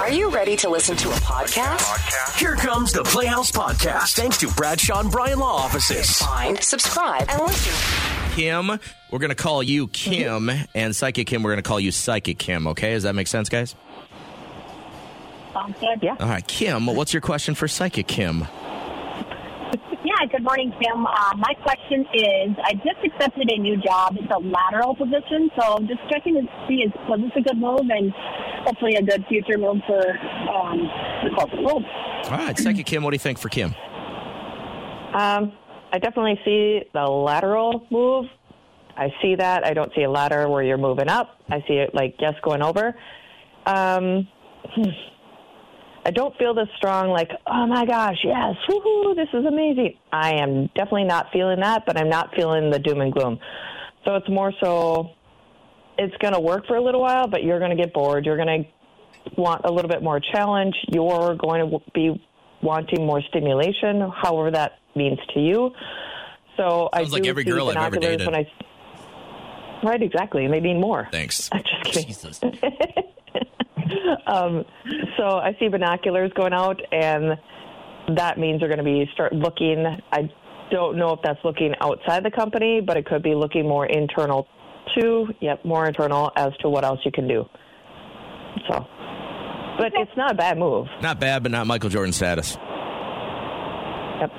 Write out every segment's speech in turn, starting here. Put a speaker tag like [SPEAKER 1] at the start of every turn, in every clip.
[SPEAKER 1] Are you ready to listen to a podcast?
[SPEAKER 2] Here comes the Playhouse Podcast, thanks to Bradshaw and Bryan Law Offices.
[SPEAKER 1] Find, subscribe, and listen.
[SPEAKER 3] Kim. We're going to call you Kim, and Psychic Kim, we're going to call you Psychic Kim, okay? Does that make sense, guys?
[SPEAKER 4] Sounds good. Yeah.
[SPEAKER 3] All right, Kim, what's your question for Psychic Kim?
[SPEAKER 4] Yeah. Good morning, Kim. Uh, my question is: I just accepted a new job. It's a lateral position, so I'm just checking to see is was this a good move and hopefully a good future move for um, the corporate world.
[SPEAKER 3] All right, Psychic Kim, what do you think for Kim?
[SPEAKER 5] Um, I definitely see the lateral move. I see that. I don't see a ladder where you're moving up. I see it like yes going over. Um, hmm. I don't feel this strong like oh my gosh yes woohoo this is amazing. I am definitely not feeling that, but I'm not feeling the doom and gloom. So it's more so it's going to work for a little while, but you're going to get bored. You're going to want a little bit more challenge. You're going to w- be wanting more stimulation, however that means to you. So I
[SPEAKER 3] Sounds like
[SPEAKER 5] do
[SPEAKER 3] every
[SPEAKER 5] see
[SPEAKER 3] girl I've ever
[SPEAKER 5] binoculars
[SPEAKER 3] dated.
[SPEAKER 5] When I, right, exactly. And they need more.
[SPEAKER 3] Thanks.
[SPEAKER 5] I'm just kidding.
[SPEAKER 3] Jesus.
[SPEAKER 5] um, so I see binoculars going out, and that means they're going to be start looking. I don't know if that's looking outside the company, but it could be looking more internal to, yep, more internal as to what else you can do. So, but it's not a bad move.
[SPEAKER 3] Not bad, but not Michael Jordan status.
[SPEAKER 5] Yep.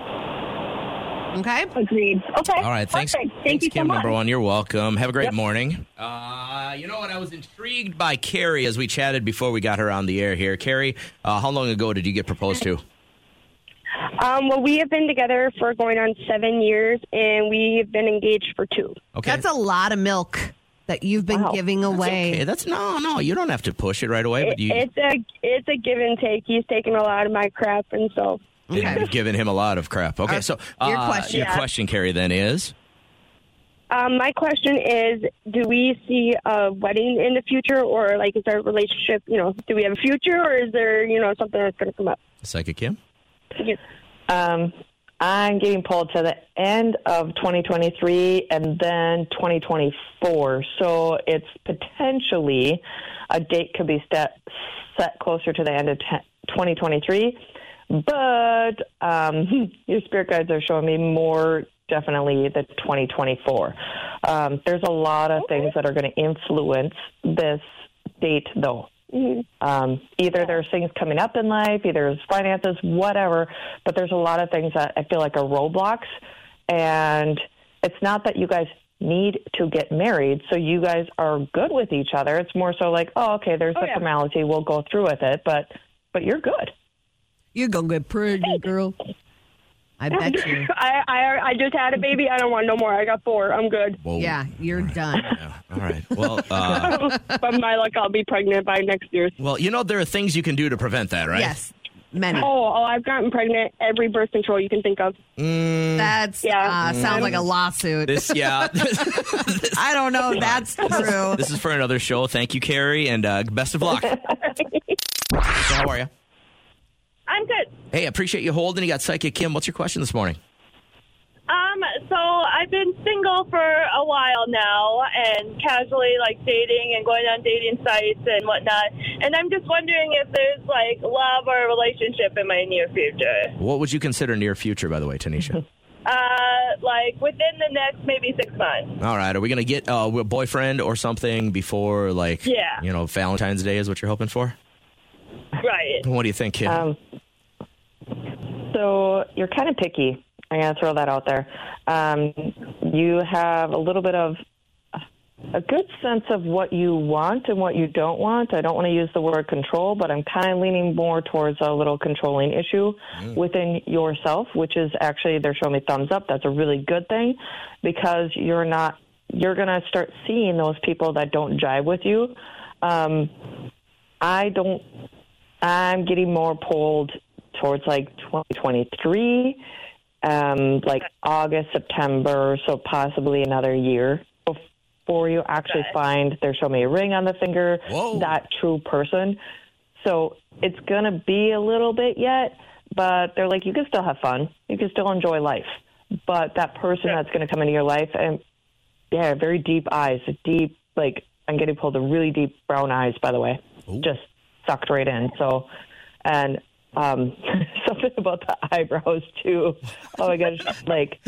[SPEAKER 6] Okay.
[SPEAKER 4] Agreed. Okay.
[SPEAKER 3] All right, thanks.
[SPEAKER 4] Perfect. Thank
[SPEAKER 3] thanks,
[SPEAKER 4] you so
[SPEAKER 3] Kim,
[SPEAKER 4] much.
[SPEAKER 3] number one. You're welcome. Have a great morning. Uh, you know what? I was intrigued by Carrie as we chatted before we got her on the air here. Carrie, uh, how long ago did you get proposed to?
[SPEAKER 7] Um, well, we have been together for going on seven years, and we've been engaged for two.
[SPEAKER 3] Okay.
[SPEAKER 6] That's a lot of milk that you've been giving away.
[SPEAKER 3] Okay, that's no, no. You don't have to push it right away, but you
[SPEAKER 7] It's a it's a give and take. He's taken a lot of my crap, and so
[SPEAKER 3] have given him a lot of crap. Okay,
[SPEAKER 6] Uh,
[SPEAKER 3] so
[SPEAKER 6] your
[SPEAKER 3] uh,
[SPEAKER 6] question.
[SPEAKER 3] your
[SPEAKER 6] Yeah.
[SPEAKER 3] question, Carrie, then is
[SPEAKER 7] um, my question is: Do we see a wedding in the future, or like is our relationship? You know, do we have a future, or is there you know something that's going to come up?
[SPEAKER 3] Psychic Kim.
[SPEAKER 7] Yes.
[SPEAKER 5] Um, I'm getting pulled to the end of 2023 and then 2024. So it's potentially a date could be set, set closer to the end of te- 2023. But um, your spirit guides are showing me more definitely the 2024. Um, there's a lot of things that are going to influence this date, though. Um, either there's things coming up in life, either there's finances, whatever, but there's a lot of things that I feel like are roadblocks. And it's not that you guys need to get married, so you guys are good with each other. It's more so like, oh, okay, there's the
[SPEAKER 7] yeah.
[SPEAKER 5] formality, we'll go through with it, but but you're good.
[SPEAKER 6] You're going to get pregnant, girl. I bet you.
[SPEAKER 7] I, I I just had a baby. I don't want no more. I got four. I'm good.
[SPEAKER 3] Whoa.
[SPEAKER 6] Yeah, you're done.
[SPEAKER 3] Yeah, All right. Well, uh,
[SPEAKER 7] But my luck, I'll be pregnant by next year.
[SPEAKER 3] well, you know there are things you can do to prevent that, right?
[SPEAKER 6] Yes, many.
[SPEAKER 7] Oh, oh, I've gotten pregnant every birth control you can think of.
[SPEAKER 6] That's
[SPEAKER 7] Yeah.
[SPEAKER 6] uh, sounds like a lawsuit.
[SPEAKER 3] This, yeah.
[SPEAKER 6] I don't know if that's true.
[SPEAKER 3] this is for another show. Thank you, Carrie, and uh, best of luck. so how are you?
[SPEAKER 8] I'm good.
[SPEAKER 3] Hey, I appreciate you holding. You got Psychic Kim. What's your question this morning?
[SPEAKER 8] Um, so I've been single for a while now and casually like dating and going on dating sites and whatnot. And I'm just wondering if there's like love or a relationship in my near future.
[SPEAKER 3] What would you consider near future, by the way, Tanisha?
[SPEAKER 8] Uh, like within the next maybe six months.
[SPEAKER 3] All right. Are we going to get uh, a boyfriend or something before, like,
[SPEAKER 8] Yeah.
[SPEAKER 3] you know, Valentine's Day is what you're hoping for?
[SPEAKER 8] Right.
[SPEAKER 3] What do you think, Kim?
[SPEAKER 5] Um, so you're kind of picky. I'm going to throw that out there. Um, you have a little bit of a good sense of what you want and what you don't want. I don't want to use the word control, but I'm kind of leaning more towards a little controlling issue within yourself, which is actually they're showing me thumbs up. That's a really good thing because you're not you're going to start seeing those people that don't jive with you. Um, I don't I'm getting more pulled towards like 2023, um, like August, September, so possibly another year before you actually find they're showing me a ring on the finger,
[SPEAKER 3] Whoa.
[SPEAKER 5] that true person. So it's going to be a little bit yet, but they're like, you can still have fun. You can still enjoy life. But that person that's going to come into your life and yeah, very deep eyes, a deep like I'm getting pulled a really deep brown eyes by the way. Just sucked right in. So, and um, something about the eyebrows too. Oh my gosh, like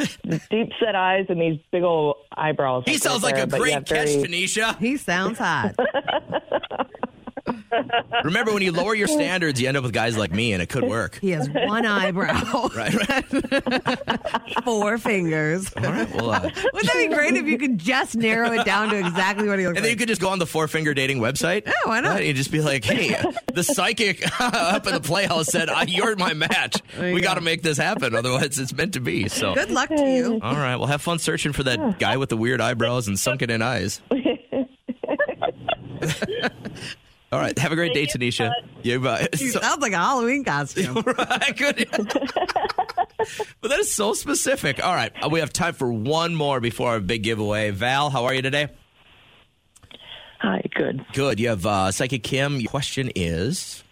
[SPEAKER 5] deep set eyes and these big old eyebrows.
[SPEAKER 3] He sounds like a
[SPEAKER 5] But yeah,
[SPEAKER 3] great catch,
[SPEAKER 5] very-
[SPEAKER 3] Tanisha.
[SPEAKER 6] He sounds hot.
[SPEAKER 3] Remember, when you lower your standards, you end up with guys like me, and it could work.
[SPEAKER 6] He has one eyebrow,
[SPEAKER 3] Right, right.
[SPEAKER 6] four fingers.
[SPEAKER 3] All right. Well, uh,
[SPEAKER 6] Wouldn't that be great if you could just narrow it down to exactly what he looks
[SPEAKER 3] and then you
[SPEAKER 6] like?
[SPEAKER 3] could just go on the four finger dating website.
[SPEAKER 6] Yeah, why not?
[SPEAKER 3] Right? You just be like, hey, the psychic up in the playhouse said, I, you're my match.
[SPEAKER 6] There you
[SPEAKER 3] we
[SPEAKER 6] go.
[SPEAKER 3] got to make this happen. Otherwise, it's meant to be. So.
[SPEAKER 6] Good luck to you.
[SPEAKER 3] All right. Well, have fun searching for that guy with the weird eyebrows and sunken in eyes. All right. Have a great day,
[SPEAKER 8] Thank you so
[SPEAKER 3] Tanisha. Yeah, bye. So-
[SPEAKER 6] Sounds like a Halloween costume.
[SPEAKER 3] I could. but that is so specific. All right. We have time for one more before our big giveaway. Val, how are you today?
[SPEAKER 5] Hi, good.
[SPEAKER 3] Good. You have uh, Psychic Kim. Your question is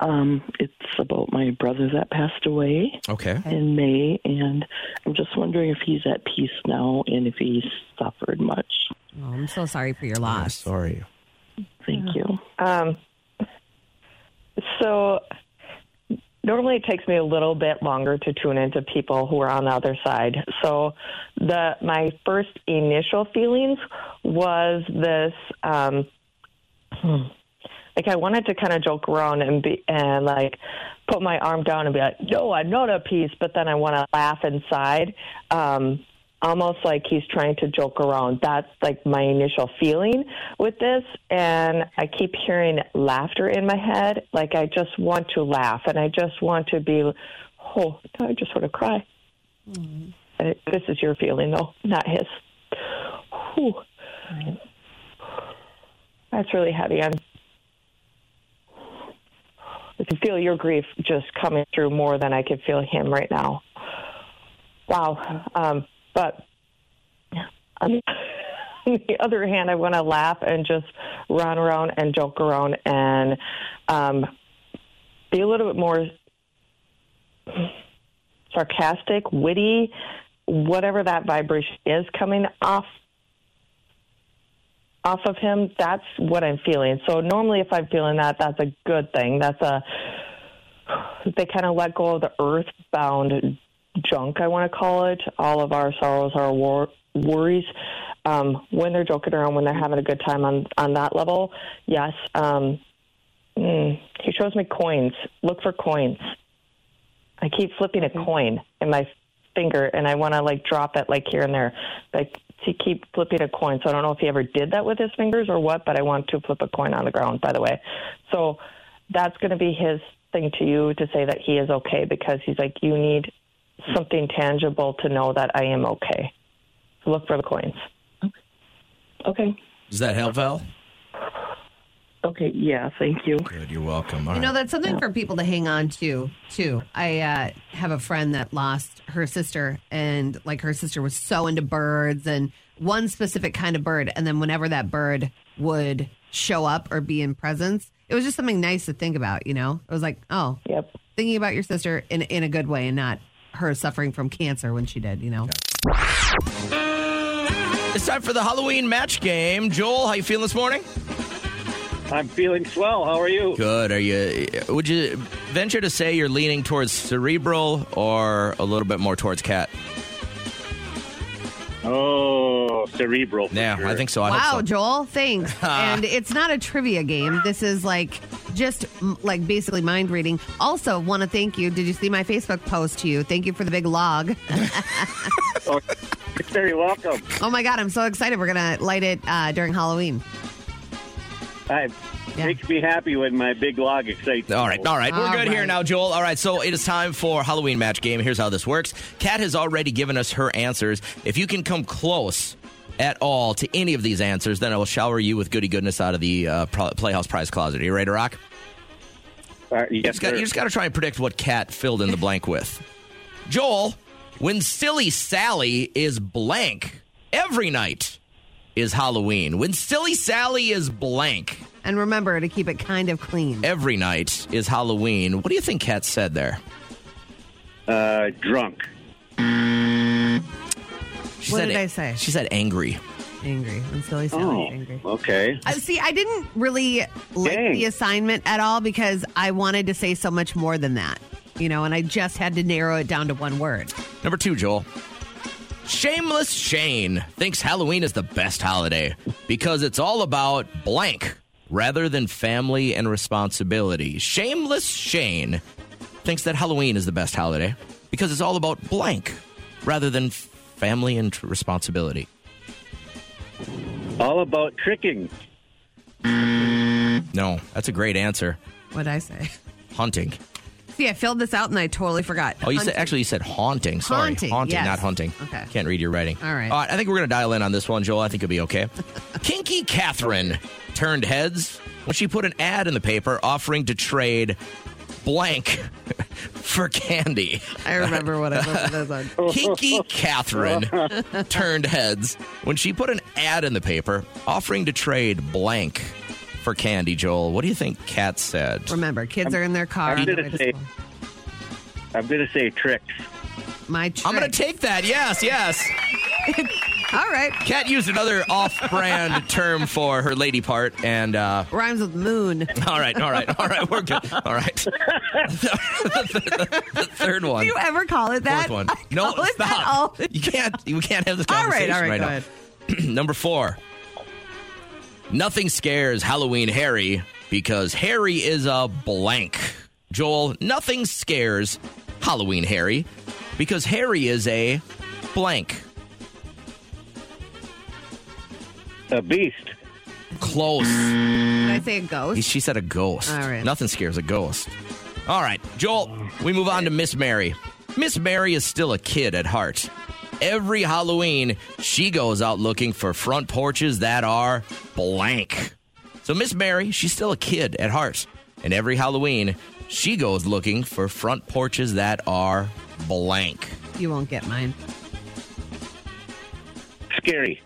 [SPEAKER 5] Um, it's about my brother that passed away
[SPEAKER 3] Okay.
[SPEAKER 5] in May, and I'm just wondering if he's at peace now and if he suffered much.
[SPEAKER 6] Oh, I'm so sorry for your loss.
[SPEAKER 3] Sorry.
[SPEAKER 5] Thank you. Um, so normally it takes me a little bit longer to tune into people who are on the other side. So the my first initial feelings was this um, hmm, like I wanted to kind of joke around and be and like put my arm down and be like, "No, I'm not at peace," but then I want to laugh inside. Um, almost like he's trying to joke around. That's like my initial feeling with this. And I keep hearing laughter in my head. Like I just want to laugh and I just want to be, oh, no, I just want to cry. Uh, This is your feeling though, not his. Whew. That's really heavy. I'm, I can feel your grief just coming through more than I could feel him right now. Wow. Um, but on the, on the other hand, I want to laugh and just run around and joke around and um, be a little bit more sarcastic, witty, whatever that vibration is coming off off of him. That's what I'm feeling. So normally, if I'm feeling that, that's a good thing. That's a they kind of let go of the earthbound junk, I want to call it, all of our sorrows, our wor- worries. Um, when they're joking around, when they're having a good time on on that level, yes. Um, mm, he shows me coins. Look for coins. I keep flipping a coin in my finger, and I want to like drop it like here and there. Like to keep flipping a coin. So I don't know if he ever did that with his fingers or what, but I want to flip a coin on the ground. By the way, so that's going to be his thing to you to say that he is okay because he's like you need something tangible to know that I am okay. So look for the coins. Okay.
[SPEAKER 3] Does that help, Val?
[SPEAKER 5] Okay. Yeah. Thank you.
[SPEAKER 3] Good. You're welcome. All
[SPEAKER 6] You
[SPEAKER 3] right.
[SPEAKER 6] know, that's something for people to hang on to, too. I uh, have a friend that lost her sister, and like her sister was so into birds and one specific kind of bird. And then whenever that bird would show up or be in presence, it was just something nice to think about, you know? It was like, oh,
[SPEAKER 5] Yep.
[SPEAKER 6] thinking about your sister in, in a good way and not her suffering from cancer when she did, you know?
[SPEAKER 3] it's time for the Halloween match game. Joel, how you feeling this morning?
[SPEAKER 9] I'm feeling swell. How are you?
[SPEAKER 3] Good. Are you? Would you venture to say you're leaning towards cerebral or a little bit more towards cat?
[SPEAKER 9] Oh, cerebral. for
[SPEAKER 3] Yeah,
[SPEAKER 9] sure.
[SPEAKER 3] I think so. I
[SPEAKER 6] wow,
[SPEAKER 3] hope so.
[SPEAKER 6] Joel, thanks. and it's not a trivia game. This is like just m- like basically mind reading. Also, want to thank you. Did you see my Facebook post to you? Thank you for the big log.
[SPEAKER 9] Oh, you're very welcome.
[SPEAKER 6] Oh my God, I'm so excited. We're gonna light it uh, during Halloween.
[SPEAKER 9] I
[SPEAKER 6] Yeah.
[SPEAKER 9] makes me happy when my big log excites.
[SPEAKER 3] All right, all right. We're
[SPEAKER 6] All
[SPEAKER 3] good here
[SPEAKER 6] right.
[SPEAKER 3] now, Joel. All right, so it is time for Halloween match game. Here's how this works. Kat has already given us her answers. If you can come close at all to any of these answers, then I will shower you with goody goodness out of the uh, pro- Playhouse prize closet. Are you ready to rock?
[SPEAKER 9] All right,
[SPEAKER 3] You just got, you just got to try and predict what Kat filled in the blank with. Joel, when Silly Sally is blank, every night is Halloween. When Silly Sally is blank,
[SPEAKER 6] And remember to keep it kind of clean.
[SPEAKER 3] every night is Halloween. What do you think Kat said there?
[SPEAKER 9] uh, drunk.
[SPEAKER 3] She
[SPEAKER 6] What
[SPEAKER 3] said-
[SPEAKER 6] did I say?
[SPEAKER 3] She said angry.
[SPEAKER 6] angry. When Silly Sally's
[SPEAKER 9] Oh,
[SPEAKER 6] angry.
[SPEAKER 9] okay.
[SPEAKER 6] I see. I didn't really like
[SPEAKER 9] Dang.
[SPEAKER 6] the assignment at all because I wanted to say so much more than that, you know, and I just had to narrow it down to one word.
[SPEAKER 3] Number two, Joel. Shameless Shane thinks Halloween is the best holiday because it's all about blank rather than family and responsibility. Shameless Shane thinks that Halloween is the best holiday because it's all about blank rather than f- family and tr- responsibility.
[SPEAKER 9] All about tricking.
[SPEAKER 3] No, that's a great answer.
[SPEAKER 6] What'd I say?
[SPEAKER 3] Hunting.
[SPEAKER 6] See, I filled this out and I totally forgot.
[SPEAKER 3] Oh, you said
[SPEAKER 6] Hunting.
[SPEAKER 3] actually you said haunting. Sorry,
[SPEAKER 6] Haunting, yes.
[SPEAKER 3] not hunting.
[SPEAKER 6] Okay.
[SPEAKER 3] can't read your writing.
[SPEAKER 6] All right.
[SPEAKER 3] All right. I think we're gonna dial in on this one, Joel. I think it'll be okay. Kinky Catherine turned heads when she put an ad in the paper offering to trade blank for candy.
[SPEAKER 6] I remember what I listed as on.
[SPEAKER 3] Kinky Catherine turned heads when she put an ad in the paper offering to trade blank for candy. Joel, what do you think Kat said?
[SPEAKER 6] Remember, kids are in their car.
[SPEAKER 9] I'm
[SPEAKER 6] on the
[SPEAKER 9] gonna
[SPEAKER 6] way to
[SPEAKER 9] say-
[SPEAKER 6] school.
[SPEAKER 9] I'm going to say tricks.
[SPEAKER 6] My trick.
[SPEAKER 3] I'm gonna take that. Yes, yes.
[SPEAKER 6] All right.
[SPEAKER 3] Kat used another off-brand term for her lady part, and uh,
[SPEAKER 6] Rhymes with moon.
[SPEAKER 3] all right, all right, all right, we're good. All right, the third one,
[SPEAKER 6] Do you ever call it that?
[SPEAKER 3] fourth one.
[SPEAKER 6] I
[SPEAKER 3] No,
[SPEAKER 6] call it that all
[SPEAKER 3] stop.
[SPEAKER 6] the
[SPEAKER 3] You can't. We can't have this
[SPEAKER 6] All right,
[SPEAKER 3] conversation
[SPEAKER 6] all right,
[SPEAKER 3] now.
[SPEAKER 6] go ahead.
[SPEAKER 3] Number four. Nothing scares Halloween Harry because Harry is a blank. Joel, nothing scares Halloween Harry because Harry is a blank.
[SPEAKER 9] A beast.
[SPEAKER 3] Close.
[SPEAKER 6] Did I say a ghost?
[SPEAKER 3] He- She said a ghost.
[SPEAKER 6] All right.
[SPEAKER 3] Nothing scares a ghost. All right, Joel, we move on to Miss Mary. Miss Mary is still a kid at heart. Every Halloween, she goes out looking for front porches that are blank. So, Miss Mary, she's still a kid at heart. And every Halloween, she goes looking for front porches that are blank.
[SPEAKER 6] You won't get mine.
[SPEAKER 9] Scary.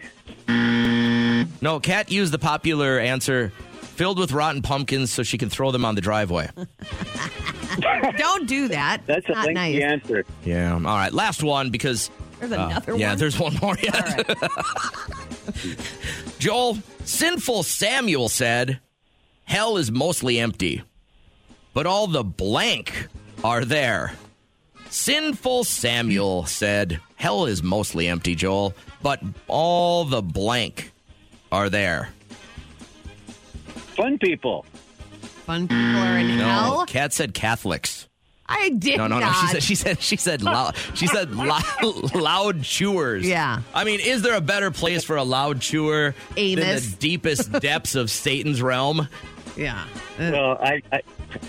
[SPEAKER 3] No, Kat used the popular answer filled with rotten pumpkins so she can throw them on the driveway.
[SPEAKER 6] Don't do that.
[SPEAKER 9] That's a
[SPEAKER 6] not
[SPEAKER 9] lengthy
[SPEAKER 6] nice.
[SPEAKER 9] answer.
[SPEAKER 3] Yeah. All right, last one because
[SPEAKER 6] There's another one.
[SPEAKER 3] Yeah, there's one more. Yeah.
[SPEAKER 6] All right.
[SPEAKER 3] Joel, sinful Samuel said, Hell is mostly empty, but all the blank are there. Sinful Samuel said, Hell is mostly empty, Joel, but all the blank are there.
[SPEAKER 9] Fun people.
[SPEAKER 6] Fun people are in
[SPEAKER 3] No,
[SPEAKER 6] hell.
[SPEAKER 3] Kat said Catholics.
[SPEAKER 6] I did
[SPEAKER 3] No, no, no.
[SPEAKER 6] not.
[SPEAKER 3] She said she said she said loud she said loud, loud chewers.
[SPEAKER 6] Yeah.
[SPEAKER 3] I mean, is there a better place for a loud chewer than
[SPEAKER 6] Amos.
[SPEAKER 3] the deepest depths of Satan's realm?
[SPEAKER 6] yeah. Uh,
[SPEAKER 9] Well, I, I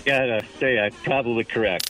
[SPEAKER 9] gotta say, I'm probably correct.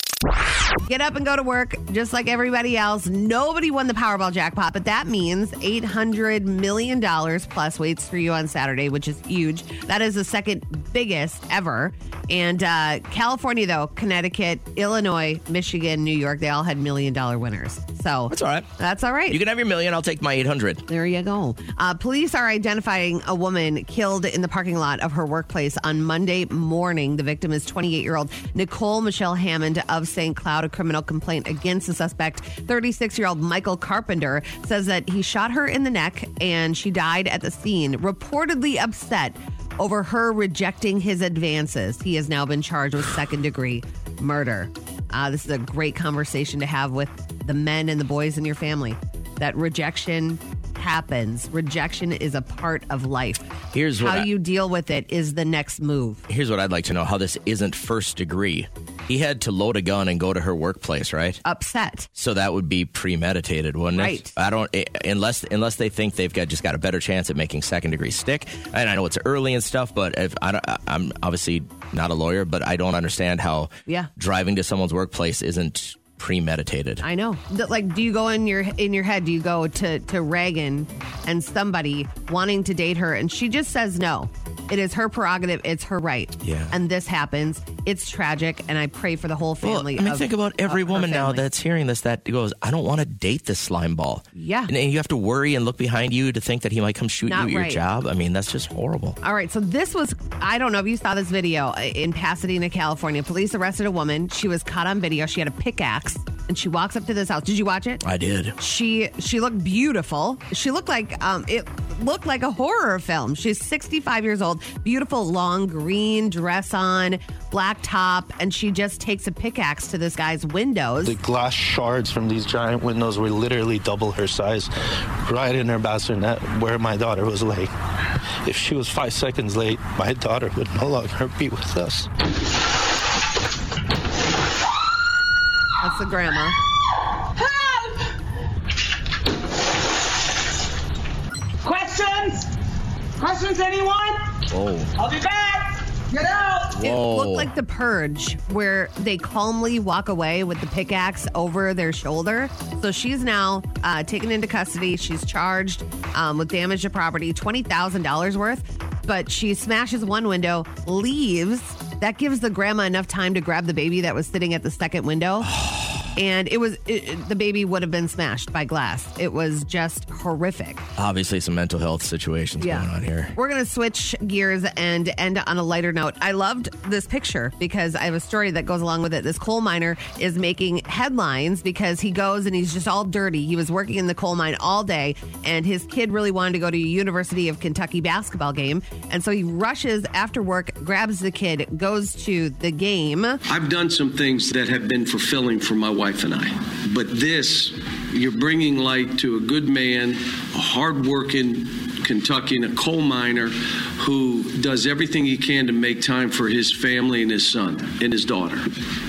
[SPEAKER 6] Get up and go to work, just like everybody else. Nobody won the Powerball jackpot, but that means $800 million plus waits for you on Saturday, which is huge. That is the second biggest ever. And uh, California, though, Connecticut, Illinois, Michigan, New York, they all had million dollar winners. So
[SPEAKER 3] That's all right.
[SPEAKER 6] That's all right.
[SPEAKER 3] You can have your million. I'll take my 800.
[SPEAKER 6] There you go. Uh, police are identifying a woman killed in the parking lot of her workplace on Monday morning. The victim is 28 year old Nicole Michelle Hammond of St. Cloud. A criminal complaint against the suspect, 36 year old Michael Carpenter, says that he shot her in the neck and she died at the scene, reportedly upset over her rejecting his advances. He has now been charged with second degree murder. Uh, this is a great conversation to have with the men and the boys in your family that rejection happens. Rejection is a part of life.
[SPEAKER 3] Here's what
[SPEAKER 6] How
[SPEAKER 3] I-
[SPEAKER 6] you deal with it is the next move.
[SPEAKER 3] Here's what I'd like to know: how this isn't first degree. He had to load a gun and go to her workplace, right?
[SPEAKER 6] Upset.
[SPEAKER 3] So that would be premeditated, wouldn't
[SPEAKER 6] Right.
[SPEAKER 3] it? I don't eh, unless unless they think they've got just got a better chance at making second degree stick. And I know it's early and stuff, but if I don't, I- I'm obviously not a lawyer, but I don't understand how
[SPEAKER 6] Yeah.
[SPEAKER 3] driving to someone's workplace isn't premeditated.
[SPEAKER 6] I know. That, like, do you go in your in your head? Do you go to to Reagan and somebody wanting to date her, and she just says no? It is her prerogative. It's her right.
[SPEAKER 3] Yeah.
[SPEAKER 6] And this happens. It's tragic, and I pray for the whole
[SPEAKER 3] Well,
[SPEAKER 6] family.
[SPEAKER 3] I mean,
[SPEAKER 6] of-
[SPEAKER 3] think about every
[SPEAKER 6] of her
[SPEAKER 3] woman now
[SPEAKER 6] family.
[SPEAKER 3] that's hearing this that goes, I don't want to date this slime ball.
[SPEAKER 6] Yeah.
[SPEAKER 3] And, and you have to worry and look behind you to think that he might come shoot
[SPEAKER 6] Not
[SPEAKER 3] you at
[SPEAKER 6] right.
[SPEAKER 3] your job. I mean, that's just horrible.
[SPEAKER 6] All right, so this was, I don't know if you saw this video uh, in Pasadena, California. Police arrested a woman. She was caught on video. She had a pickaxe and she walks up to this house. Did you watch it?
[SPEAKER 3] I did.
[SPEAKER 6] She she looked beautiful. She looked like um it looked like a horror film. She's 65 years old, beautiful long green dress on, black top, and she just takes a pickaxe to this guy's windows.
[SPEAKER 10] The glass shards from these giant windows were literally double her size, right in her bassinet where my daughter was late. If she was five seconds late, my daughter would no longer be with us.
[SPEAKER 6] That's the grandma.
[SPEAKER 11] Questions? Questions, anyone?
[SPEAKER 3] Oh,
[SPEAKER 11] I'll be back. Get out.
[SPEAKER 6] It
[SPEAKER 3] Whoa.
[SPEAKER 6] looked like the purge where they calmly walk away with the pickaxe over their shoulder. So she's now uh, taken into custody. She's charged um, with damage to property, $20,000 worth. But she smashes one window, leaves. That gives the grandma enough time to grab the baby that was sitting at the second window. And it was it, it- the baby would have been smashed by glass. It was just horrific.
[SPEAKER 3] obviously some mental health situations going on here.
[SPEAKER 6] We're going to switch gears and end on a lighter note. I loved this picture because I have a story that goes along with it. This coal miner is making headlines because he goes and he's just all dirty. He was working in the coal mine all day and his kid really wanted to go to a University of Kentucky basketball game. And so he rushes after work, grabs the kid, goes to the game.
[SPEAKER 12] I've done some things that have been fulfilling for my wife and I, but this, you're bringing light to a good man, a hardworking Kentuckian, a coal miner who does everything he can to make time for his family and his son and his daughter.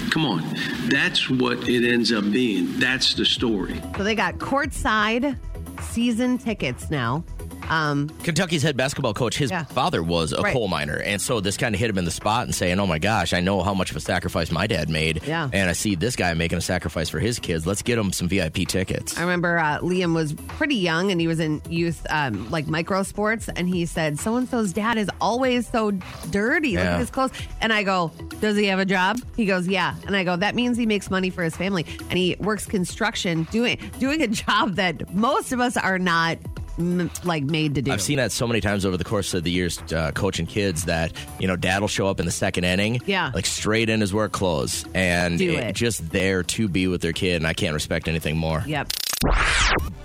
[SPEAKER 12] Come on, that's what it ends up being. That's the story.
[SPEAKER 6] So they got courtside season tickets now. Um,
[SPEAKER 3] Kentucky's head basketball coach, his
[SPEAKER 6] Yeah.
[SPEAKER 3] father was a
[SPEAKER 6] Right.
[SPEAKER 3] coal miner. And so this kind of hit him in the spot and saying, oh my gosh, I know how much of a sacrifice my dad made.
[SPEAKER 6] Yeah.
[SPEAKER 3] And I see this guy making a sacrifice for his kids. Let's get him some VIP tickets.
[SPEAKER 6] I remember uh, Liam was pretty young and he was in youth, um, like micro sports, and he said, "So and so's dad is always so dirty. Look
[SPEAKER 3] Yeah.
[SPEAKER 6] at his clothes." And I go, "Does he have a job?" He goes, "Yeah." And I go, "That means he makes money for his family, and he works construction, doing doing a job that most of us are not mm, like made to do."
[SPEAKER 3] I've seen that so many times over the course of the years, uh, coaching kids that you know dad will show up in the second inning,
[SPEAKER 6] Yeah.
[SPEAKER 3] like straight in his work clothes, and
[SPEAKER 6] Do it.
[SPEAKER 3] just there to be with their kid. And I can't respect anything more.
[SPEAKER 6] Yep.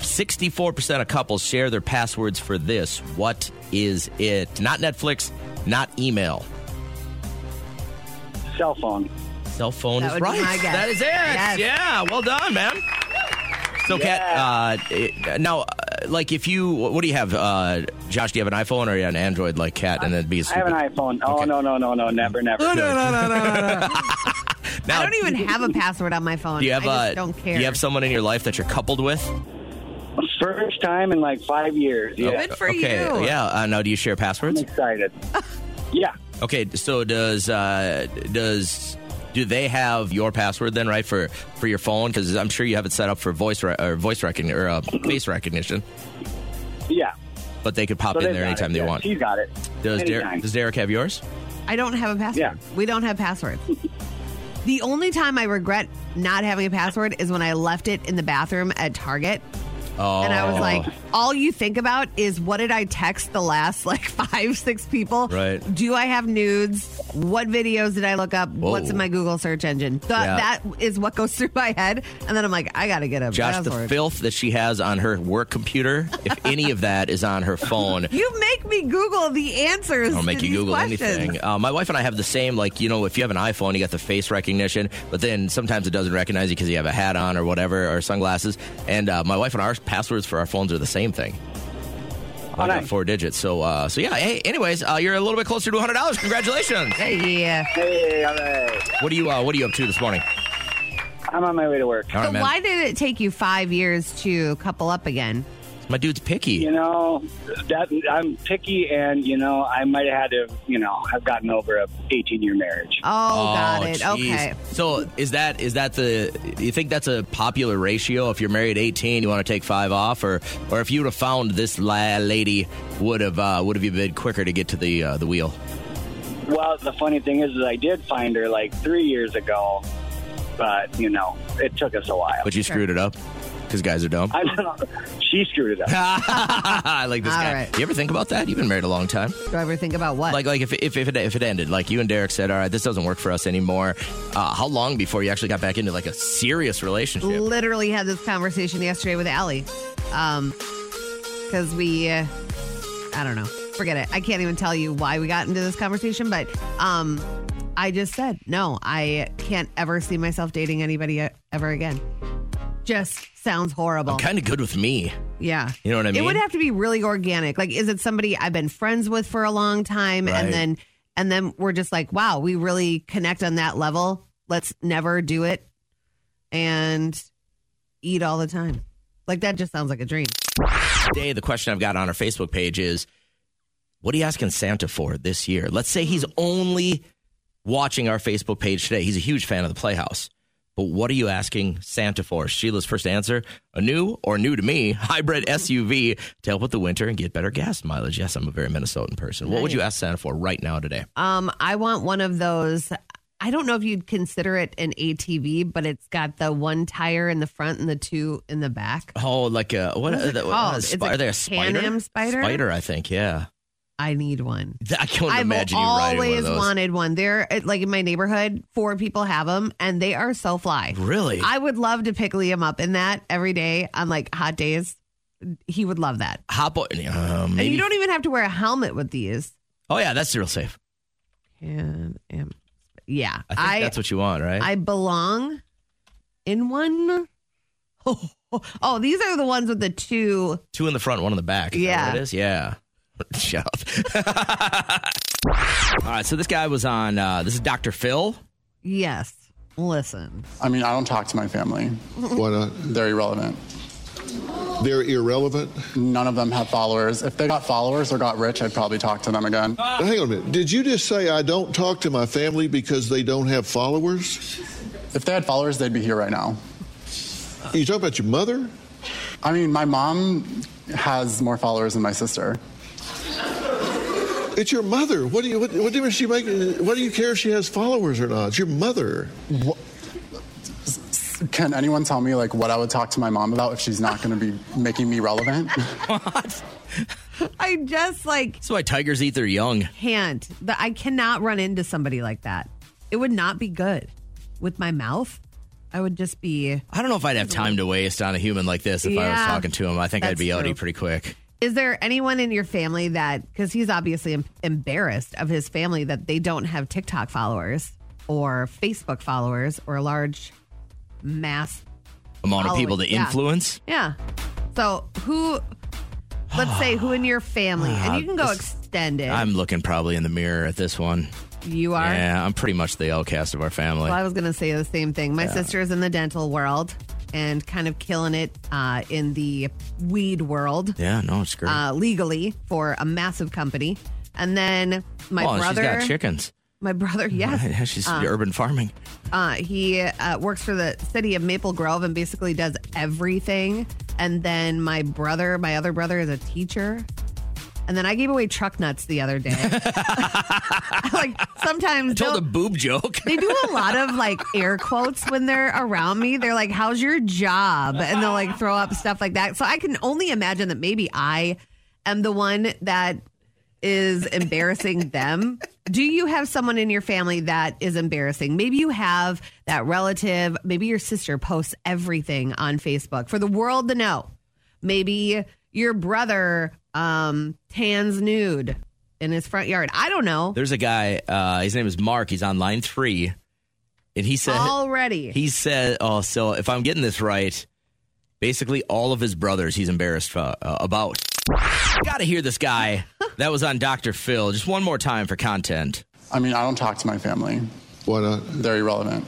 [SPEAKER 3] Sixty-four percent of couples share their passwords for this. What is it? Not Netflix, not email.
[SPEAKER 9] Cell phone.
[SPEAKER 3] Cell phone
[SPEAKER 6] That
[SPEAKER 3] is
[SPEAKER 6] would be
[SPEAKER 3] right.
[SPEAKER 6] my guess.
[SPEAKER 3] That is it.
[SPEAKER 6] Yes.
[SPEAKER 3] Yeah. Well done, man. So, Kat, uh, it- now, uh, like, if you, what do you have, uh, Josh? Do you have an iPhone or are you an Android like Kat? And then be a
[SPEAKER 9] I have an
[SPEAKER 3] stupid-
[SPEAKER 9] iPhone. Oh,
[SPEAKER 3] Okay.
[SPEAKER 9] no, no, no, no. Never, never.
[SPEAKER 3] Now,
[SPEAKER 6] I don't even have a password on my phone.
[SPEAKER 3] Do you have
[SPEAKER 6] I just
[SPEAKER 3] uh,
[SPEAKER 6] don't care.
[SPEAKER 3] Do you have someone in your life that you're coupled with?
[SPEAKER 9] First time in like five years. Yeah.
[SPEAKER 6] Good for
[SPEAKER 3] okay,
[SPEAKER 6] you.
[SPEAKER 3] Yeah. Uh, now, do you share
[SPEAKER 9] I'm
[SPEAKER 3] passwords?
[SPEAKER 9] excited. yeah.
[SPEAKER 3] Okay. So does uh, does do they have your password then, right, for for your phone? Because I'm sure you have it set up for voice re- or voice recognition or uh, face recognition,
[SPEAKER 9] Yeah.
[SPEAKER 3] but they could pop
[SPEAKER 9] So
[SPEAKER 3] in
[SPEAKER 9] they've
[SPEAKER 3] there
[SPEAKER 9] got
[SPEAKER 3] anytime
[SPEAKER 9] it.
[SPEAKER 3] they
[SPEAKER 9] Yeah,
[SPEAKER 3] want.
[SPEAKER 9] She's got it.
[SPEAKER 3] Does
[SPEAKER 9] Anytime.
[SPEAKER 3] Derek, does Derek have yours?
[SPEAKER 6] I don't have a password.
[SPEAKER 9] Yeah.
[SPEAKER 6] We don't have passwords. the only time I regret not having a password is when I left it in the bathroom at Target.
[SPEAKER 3] Oh,
[SPEAKER 6] And I was like, all you think about is what did I text the last like five, six people?
[SPEAKER 3] Right.
[SPEAKER 6] Do I have nudes? What videos did I look up?
[SPEAKER 3] Whoa.
[SPEAKER 6] What's in my Google search engine? Th-
[SPEAKER 3] Yeah.
[SPEAKER 6] That is what goes through my head. And then I'm like, I got to get a
[SPEAKER 3] Josh, the
[SPEAKER 6] password.
[SPEAKER 3] filth that she has on her work computer, if any of that is on her phone,
[SPEAKER 6] you make me Google the answers.
[SPEAKER 3] I'll make
[SPEAKER 6] to
[SPEAKER 3] you
[SPEAKER 6] these
[SPEAKER 3] Google
[SPEAKER 6] questions.
[SPEAKER 3] anything. Uh, my wife and I have the same, like, you know, if you have an iPhone, you got the face recognition, but then sometimes it doesn't recognize you because you have a hat on or whatever, or sunglasses. And uh, my wife and our passwords for our phones are the same thing. I got
[SPEAKER 9] nice.
[SPEAKER 3] four digits. So, uh, so yeah. Hey, anyways, uh, you're a little bit closer to $100. Congratulations.
[SPEAKER 6] Hey, yeah.
[SPEAKER 9] Hey, all right.
[SPEAKER 3] What are you, uh, what are you up to this morning?
[SPEAKER 9] I'm on my way to work.
[SPEAKER 3] All right,
[SPEAKER 6] so
[SPEAKER 3] man.
[SPEAKER 6] why did it take you five years to couple up again?
[SPEAKER 3] My dude's picky.
[SPEAKER 9] You know, that I'm picky, and you know, I might have had to, you know, have gotten over a 18 year marriage.
[SPEAKER 6] Oh, got it.
[SPEAKER 3] jeez.
[SPEAKER 6] Okay.
[SPEAKER 3] So is that is that the you think that's a popular ratio? If you're married 18, you want to take five off, or or if you would have found this la- lady would have uh, would have you been quicker to get to the uh, the wheel?
[SPEAKER 9] Well, the funny thing is, is I did find her like three years ago, but you know, it took us a while.
[SPEAKER 3] But you screwed it up. because guys are dumb.
[SPEAKER 9] I don't know. She screwed it up.
[SPEAKER 3] I like this
[SPEAKER 6] All
[SPEAKER 3] guy.
[SPEAKER 6] right. Uh,
[SPEAKER 3] You ever think about that? You've been married a long time.
[SPEAKER 6] Do I ever think about what?
[SPEAKER 3] Like, like if, if, if, it, if it ended, like you and Derek said, all right, this doesn't work for us anymore. Uh, how long before you actually got back into like a serious relationship?
[SPEAKER 6] literally had this conversation yesterday with Allie. Um, because we, uh, I don't know, forget it. I can't even tell you why we got into this conversation, but um, I just said no. I can't ever see myself dating anybody e- ever again. Just sounds horrible.
[SPEAKER 3] I'm kind of good with me.
[SPEAKER 6] Yeah.
[SPEAKER 3] You know what I mean?
[SPEAKER 6] It would have to be really organic. Like, is it somebody I've been friends with for a long time,
[SPEAKER 3] Right.
[SPEAKER 6] and then and then we're just like, wow, we really connect on that level. Let's never do it and eat all the time. Like that just sounds like a dream.
[SPEAKER 3] Today, the question I've got on our Facebook page is what are you asking Santa for this year? Let's say he's only watching our Facebook page today. He's a huge fan of the Playhouse. But what are you asking Santa for? Sheila's first answer a new or new to me hybrid SUV to help with the winter and get better gas mileage. Yes, I'm a very Minnesotan person. What would you ask Santa for right now today?
[SPEAKER 6] Um, I want one of those. I don't know if you'd consider it an ATV, but it's got the one tire in the front and the two in the back.
[SPEAKER 3] Oh, like a what?
[SPEAKER 6] What is it
[SPEAKER 3] uh,
[SPEAKER 6] called?
[SPEAKER 3] uh,
[SPEAKER 6] It's
[SPEAKER 3] spi-
[SPEAKER 6] a
[SPEAKER 3] are they a spider?
[SPEAKER 6] Can-Am spider?
[SPEAKER 3] Spider, I think. Yeah,
[SPEAKER 6] I need one.
[SPEAKER 3] I can't
[SPEAKER 6] I've
[SPEAKER 3] imagine you riding
[SPEAKER 6] always
[SPEAKER 3] one of those.
[SPEAKER 6] wanted one. They're at- like in my neighborhood. Four people have them, and they are so fly.
[SPEAKER 3] Really?
[SPEAKER 6] I would love to pick Liam up in that every day on like hot days. He would love that.
[SPEAKER 3] Hop on. Uh,
[SPEAKER 6] And
[SPEAKER 3] maybe.
[SPEAKER 6] you don't even have to wear a helmet with these.
[SPEAKER 3] oh yeah, that's real safe.
[SPEAKER 6] And am yeah,
[SPEAKER 3] I think that's what you want, right?
[SPEAKER 6] I belong in one. Oh, these are the ones with the two.
[SPEAKER 3] Two in the front, one in the back. Is that
[SPEAKER 6] Yeah.
[SPEAKER 3] what it is? Yeah. Shut up. All right, so this guy was on, uh, this is Dr. Phil.
[SPEAKER 6] Yes, listen.
[SPEAKER 13] I mean, I don't talk to my family. Why not? They're irrelevant. uh, They're irrelevant? None of them have followers. If they got followers or got rich, I'd probably talk to them again.
[SPEAKER 14] Hang on a minute. Did you just say I don't talk to my family because they don't have followers?
[SPEAKER 13] If they had followers, they'd be here right now.
[SPEAKER 14] You talk about your mother?
[SPEAKER 13] I mean, my mom has more followers than my sister.
[SPEAKER 14] It's your mother. What do you? What, what difference she make? Uh, What do you care if she has followers or not? It's your mother.
[SPEAKER 13] Can anyone tell me like what I would talk to my mom about if she's not going to be making me relevant?
[SPEAKER 6] I just like
[SPEAKER 3] That's why tigers eat their young.
[SPEAKER 6] can't. The, I cannot run into somebody like that. It would not be good with my mouth. I would just be.
[SPEAKER 3] I don't know if I'd have time to waste on a human like this if I was
[SPEAKER 6] Yeah.
[SPEAKER 3] talking to him. I think I'd
[SPEAKER 6] That's
[SPEAKER 3] be outy
[SPEAKER 6] true.
[SPEAKER 3] pretty quick.
[SPEAKER 6] Is there anyone in your family that because he's obviously em- embarrassed of his family that they don't have TikTok followers or Facebook followers or a large mass
[SPEAKER 3] Amount of people to
[SPEAKER 6] following? Yeah.
[SPEAKER 3] influence.
[SPEAKER 6] Yeah. So who? Let's say who in your family, and you can go
[SPEAKER 3] This-
[SPEAKER 6] extended.
[SPEAKER 3] I'm looking probably in the mirror at this one.
[SPEAKER 6] you are.
[SPEAKER 3] Yeah, I'm pretty much the outcast of our family.
[SPEAKER 6] Well, I was going to say the same thing. My
[SPEAKER 3] Yeah.
[SPEAKER 6] sister's in the dental world and kind of killing it uh, in the weed world.
[SPEAKER 3] yeah, no, it's great.
[SPEAKER 6] uh, legally for a massive company. And then my
[SPEAKER 3] well, Oh, and
[SPEAKER 6] brother,
[SPEAKER 3] she's got chickens.
[SPEAKER 6] my brother, yes,
[SPEAKER 3] Yeah, she's
[SPEAKER 6] Uh,
[SPEAKER 3] urban farming.
[SPEAKER 6] uh, he uh, works for the city of Maple Grove and basically does everything. And then my brother, my other brother, is a teacher. And then I gave away truck nuts the other day. like sometimes
[SPEAKER 3] Told
[SPEAKER 6] they'll-
[SPEAKER 3] a boob joke.
[SPEAKER 6] they do a lot of like air quotes when they're around me. They're like, "How's your job?" and they'll like throw up stuff like that. So I can only imagine that maybe I am the one that is embarrassing them. Do you have someone in your family that is embarrassing? Maybe you have that relative. Maybe your sister posts everything on Facebook for the world to know. Maybe your brother um, tans nude in his front yard. I don't know.
[SPEAKER 3] There's a guy. Uh, his name is Mark. He's on line three, and he said
[SPEAKER 6] Oh. Already.
[SPEAKER 3] he said, "Oh, so if I'm getting this right, basically all of his brothers he's embarrassed uh, uh, about." Got to hear this guy that was on Dr. Phil just one more time for content.
[SPEAKER 13] I mean, I don't talk to my family.
[SPEAKER 14] Why not?
[SPEAKER 13] They're irrelevant.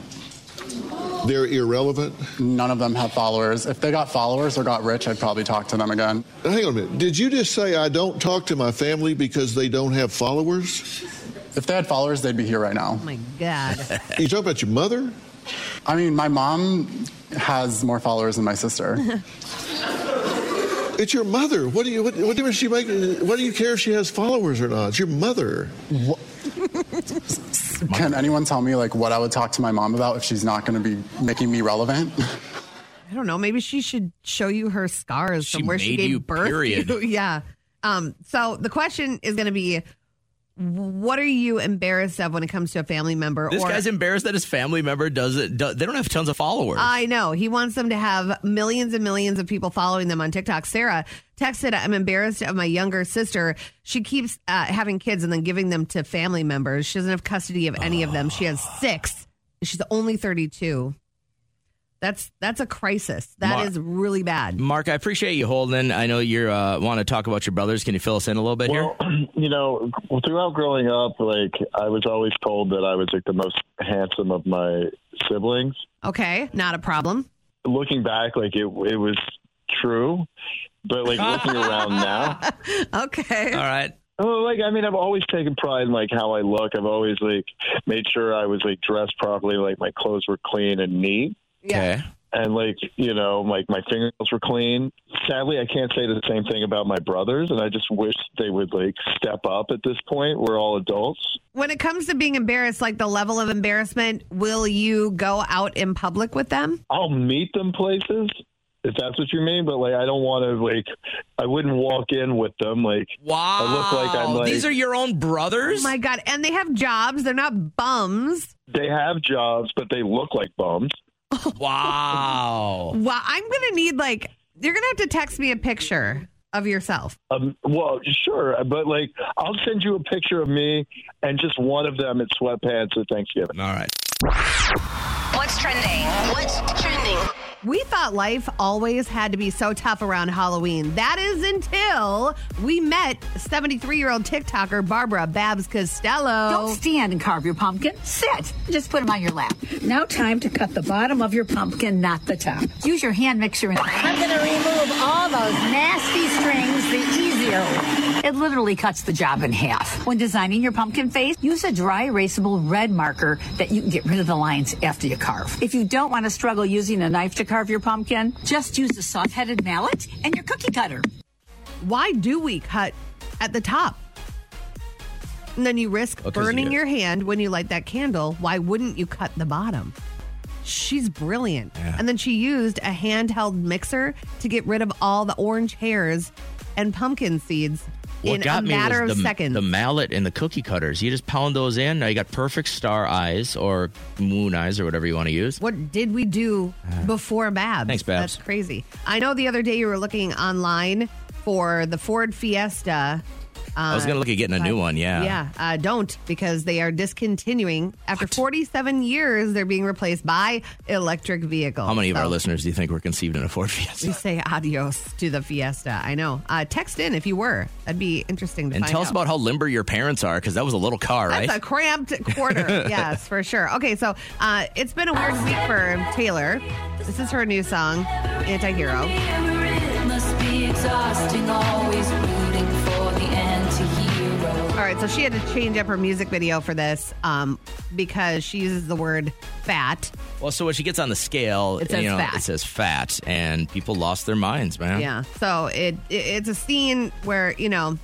[SPEAKER 14] They're irrelevant?
[SPEAKER 13] None of them have followers. If they got followers or got rich, I'd probably talk to them again.
[SPEAKER 14] Hang on a minute. Did you just say I don't talk to my family because they don't have followers?
[SPEAKER 13] If they had followers, they'd be here right now.
[SPEAKER 6] oh my God.
[SPEAKER 14] You talk about your mother?
[SPEAKER 13] I mean, my mom has more followers than my sister.
[SPEAKER 14] It's your mother. What do you? What, what difference she make? Uh, What do you care if she has followers or not? It's your mother.
[SPEAKER 13] Can anyone tell me like what I would talk to my mom about if she's not going to be making me relevant?
[SPEAKER 7] I don't know. Maybe she should show you her scars
[SPEAKER 3] She
[SPEAKER 7] from where she
[SPEAKER 3] made
[SPEAKER 7] gave
[SPEAKER 3] you,
[SPEAKER 7] birth. to
[SPEAKER 3] period.
[SPEAKER 7] you. Yeah. Um, so the question is going to be, what are you embarrassed of when it comes to a family member?
[SPEAKER 3] This
[SPEAKER 7] or
[SPEAKER 3] guy's embarrassed that his family member does it. do- they don't have tons of followers.
[SPEAKER 6] Uh,
[SPEAKER 7] I know. He wants them to have millions and millions of people following them on TikTok. Sarah texted, I'm embarrassed of my younger sister. She keeps uh, having kids and then giving them to family members. She doesn't have custody of any of them. She has six. She's only 32. That's that's a crisis. That
[SPEAKER 3] Mar-
[SPEAKER 7] is really bad.
[SPEAKER 3] Mark, I appreciate you holding. I know you uh, want to talk about your brothers. Can you fill us in a little bit here?
[SPEAKER 5] you know, throughout growing up, like I was always told that I was like the most handsome of my siblings.
[SPEAKER 7] Okay, not a problem.
[SPEAKER 5] Looking back, like it, it was true, but like looking around now,
[SPEAKER 7] okay, all
[SPEAKER 3] right.
[SPEAKER 5] Oh, like I mean, I've always taken pride in like how I look. I've always like made sure I was like dressed properly, like my clothes were clean and neat.
[SPEAKER 3] Okay.
[SPEAKER 5] And like you know, like my fingernails were clean. Sadly, I can't say the same thing about my brothers, and I just wish they would like step up at this point. We're all adults.
[SPEAKER 7] When it comes to being embarrassed, like the level of embarrassment, will you go out in public with them? Oh
[SPEAKER 5] I'll meet them places if that's what you mean, but like I don't want to like I wouldn't walk in with them. Like
[SPEAKER 3] wow,
[SPEAKER 5] I look like I'm
[SPEAKER 3] Wow,
[SPEAKER 5] like
[SPEAKER 3] these are your own brothers.
[SPEAKER 7] Oh my god! And they have jobs; they're not bums.
[SPEAKER 5] they have jobs, but they look like bums.
[SPEAKER 3] Wow.
[SPEAKER 7] Wow, I'm gonna need like you're gonna have to text me a picture of yourself.
[SPEAKER 5] Um, well, sure, but like I'll send you a picture of me and just one of them in sweatpants at Thanksgiving.
[SPEAKER 3] All right.
[SPEAKER 15] What's trending? What's trending?
[SPEAKER 7] We thought life always had to be so tough around Halloween. That is until we met 73 year old TikToker Barbara Babs Costello.
[SPEAKER 6] Don't stand and carve your pumpkin. Sit. Just put them on your lap. Now, time to cut the bottom of your pumpkin, not the top. Use your hand mixer. And- I'm going to remove all those nasty strings the easier way. It literally cuts the job in half. When designing your pumpkin face, use a dry erasable red marker that you can get rid of the lines after you carve. If you don't want to struggle using a knife to carve your pumpkin, just use a soft headed mallet and your cookie cutter.
[SPEAKER 7] Why do we cut at the top? And then you risk
[SPEAKER 3] Oh,
[SPEAKER 6] 'cause
[SPEAKER 7] burning
[SPEAKER 6] you-
[SPEAKER 7] your hand when you light that candle. Why wouldn't you cut the bottom? She's brilliant. And then she used a handheld mixer to get rid of all the orange hairs and pumpkin seeds in a matter of
[SPEAKER 3] the,
[SPEAKER 7] seconds.
[SPEAKER 3] the mallet and the cookie cutters. You just pound those in. Now you got perfect star eyes or moon eyes or whatever you want to use.
[SPEAKER 7] What did we do before Babs?
[SPEAKER 3] Thanks, Babs.
[SPEAKER 7] That's crazy. I know the other day you were looking online for the Ford Fiesta.
[SPEAKER 3] I was
[SPEAKER 7] uh,
[SPEAKER 3] going to look at getting a new one. Yeah.
[SPEAKER 7] Yeah, uh, don't because they are discontinuing. After 47 years, they're being replaced by electric vehicles.
[SPEAKER 3] How many of
[SPEAKER 7] So
[SPEAKER 3] our listeners do you think were conceived in a Ford Fiesta?
[SPEAKER 7] We say adios to the Fiesta. I know. Uh, text in if you were. That'd be interesting to
[SPEAKER 3] And
[SPEAKER 7] find
[SPEAKER 3] tell us
[SPEAKER 7] out.
[SPEAKER 3] about how limber your parents are, because that was a little car, right?
[SPEAKER 7] That's a cramped quarter. yes, for sure. Okay, so uh, it's been a weird week for Taylor. This is her new song, Antihero.
[SPEAKER 16] must be exhausting, always rooting for the anti-hero.
[SPEAKER 7] All right, so she had to change up her music video for this um, because she uses the word fat.
[SPEAKER 3] well, so when she gets on the scale,
[SPEAKER 7] It says
[SPEAKER 3] you know,
[SPEAKER 7] fat.
[SPEAKER 3] it says fat, and people lost their minds, man.
[SPEAKER 7] Yeah. So it, it it's a scene where you know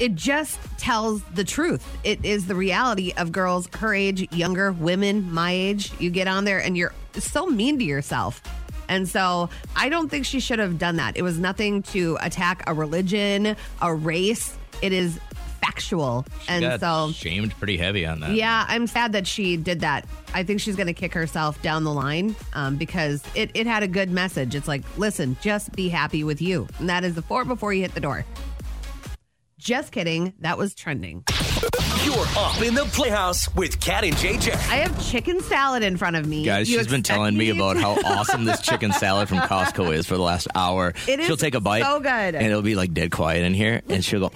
[SPEAKER 7] it just tells the truth. It is the reality of girls her age, younger women my age. You get on there and you're so mean to yourself. And so I don't think she should have done that. It was nothing to attack a religion, a race. It is factual. and
[SPEAKER 3] Got
[SPEAKER 7] so
[SPEAKER 3] shamed pretty heavy on that.
[SPEAKER 7] yeah, I'm sad that she did that. I think she's going to kick herself down the line um, because it, it had a good message. It's like, listen, just be happy with you. And that is the four before you hit the door. Just kidding. That was trending.
[SPEAKER 2] You're up in the playhouse with Cat and JJ.
[SPEAKER 7] I have chicken salad in front of me.
[SPEAKER 3] Guys,
[SPEAKER 7] You
[SPEAKER 3] she's been
[SPEAKER 7] expect
[SPEAKER 3] telling me
[SPEAKER 7] to-
[SPEAKER 3] about how awesome this chicken salad from Costco is for the last hour.
[SPEAKER 7] It is
[SPEAKER 3] she'll take a bite.
[SPEAKER 7] so good.
[SPEAKER 3] And it'll be like dead quiet in here. And she'll go,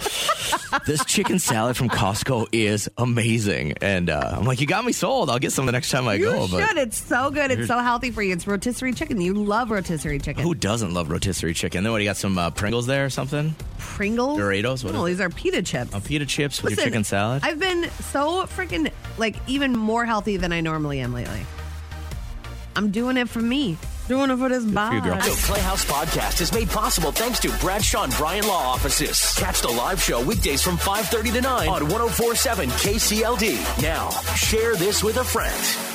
[SPEAKER 3] This chicken salad from Costco is amazing. And uh, I'm like, You got me sold. I'll get some the next time I
[SPEAKER 7] You
[SPEAKER 3] go.
[SPEAKER 7] should. It's so good. It's
[SPEAKER 3] You're-
[SPEAKER 7] so healthy for you. It's rotisserie chicken. You love rotisserie
[SPEAKER 3] But
[SPEAKER 7] chicken.
[SPEAKER 3] who doesn't love rotisserie chicken? Then what? You got some uh, Pringles there or something?
[SPEAKER 7] Pringles?
[SPEAKER 3] Doritos? What
[SPEAKER 7] No,
[SPEAKER 3] is
[SPEAKER 7] these are pita chips.
[SPEAKER 3] A pita chips with
[SPEAKER 7] Listen,
[SPEAKER 3] your chicken salad?
[SPEAKER 7] I've been so freaking like even more healthy than I normally am lately. I'm doing it for me. Doing it for this body.
[SPEAKER 2] The Playhouse Podcast is made possible thanks to Bradshaw and Bryan Law Offices. Catch the live show weekdays oh from 5.30 to 9 on 104.7 KCLD. Now, share this with a friend.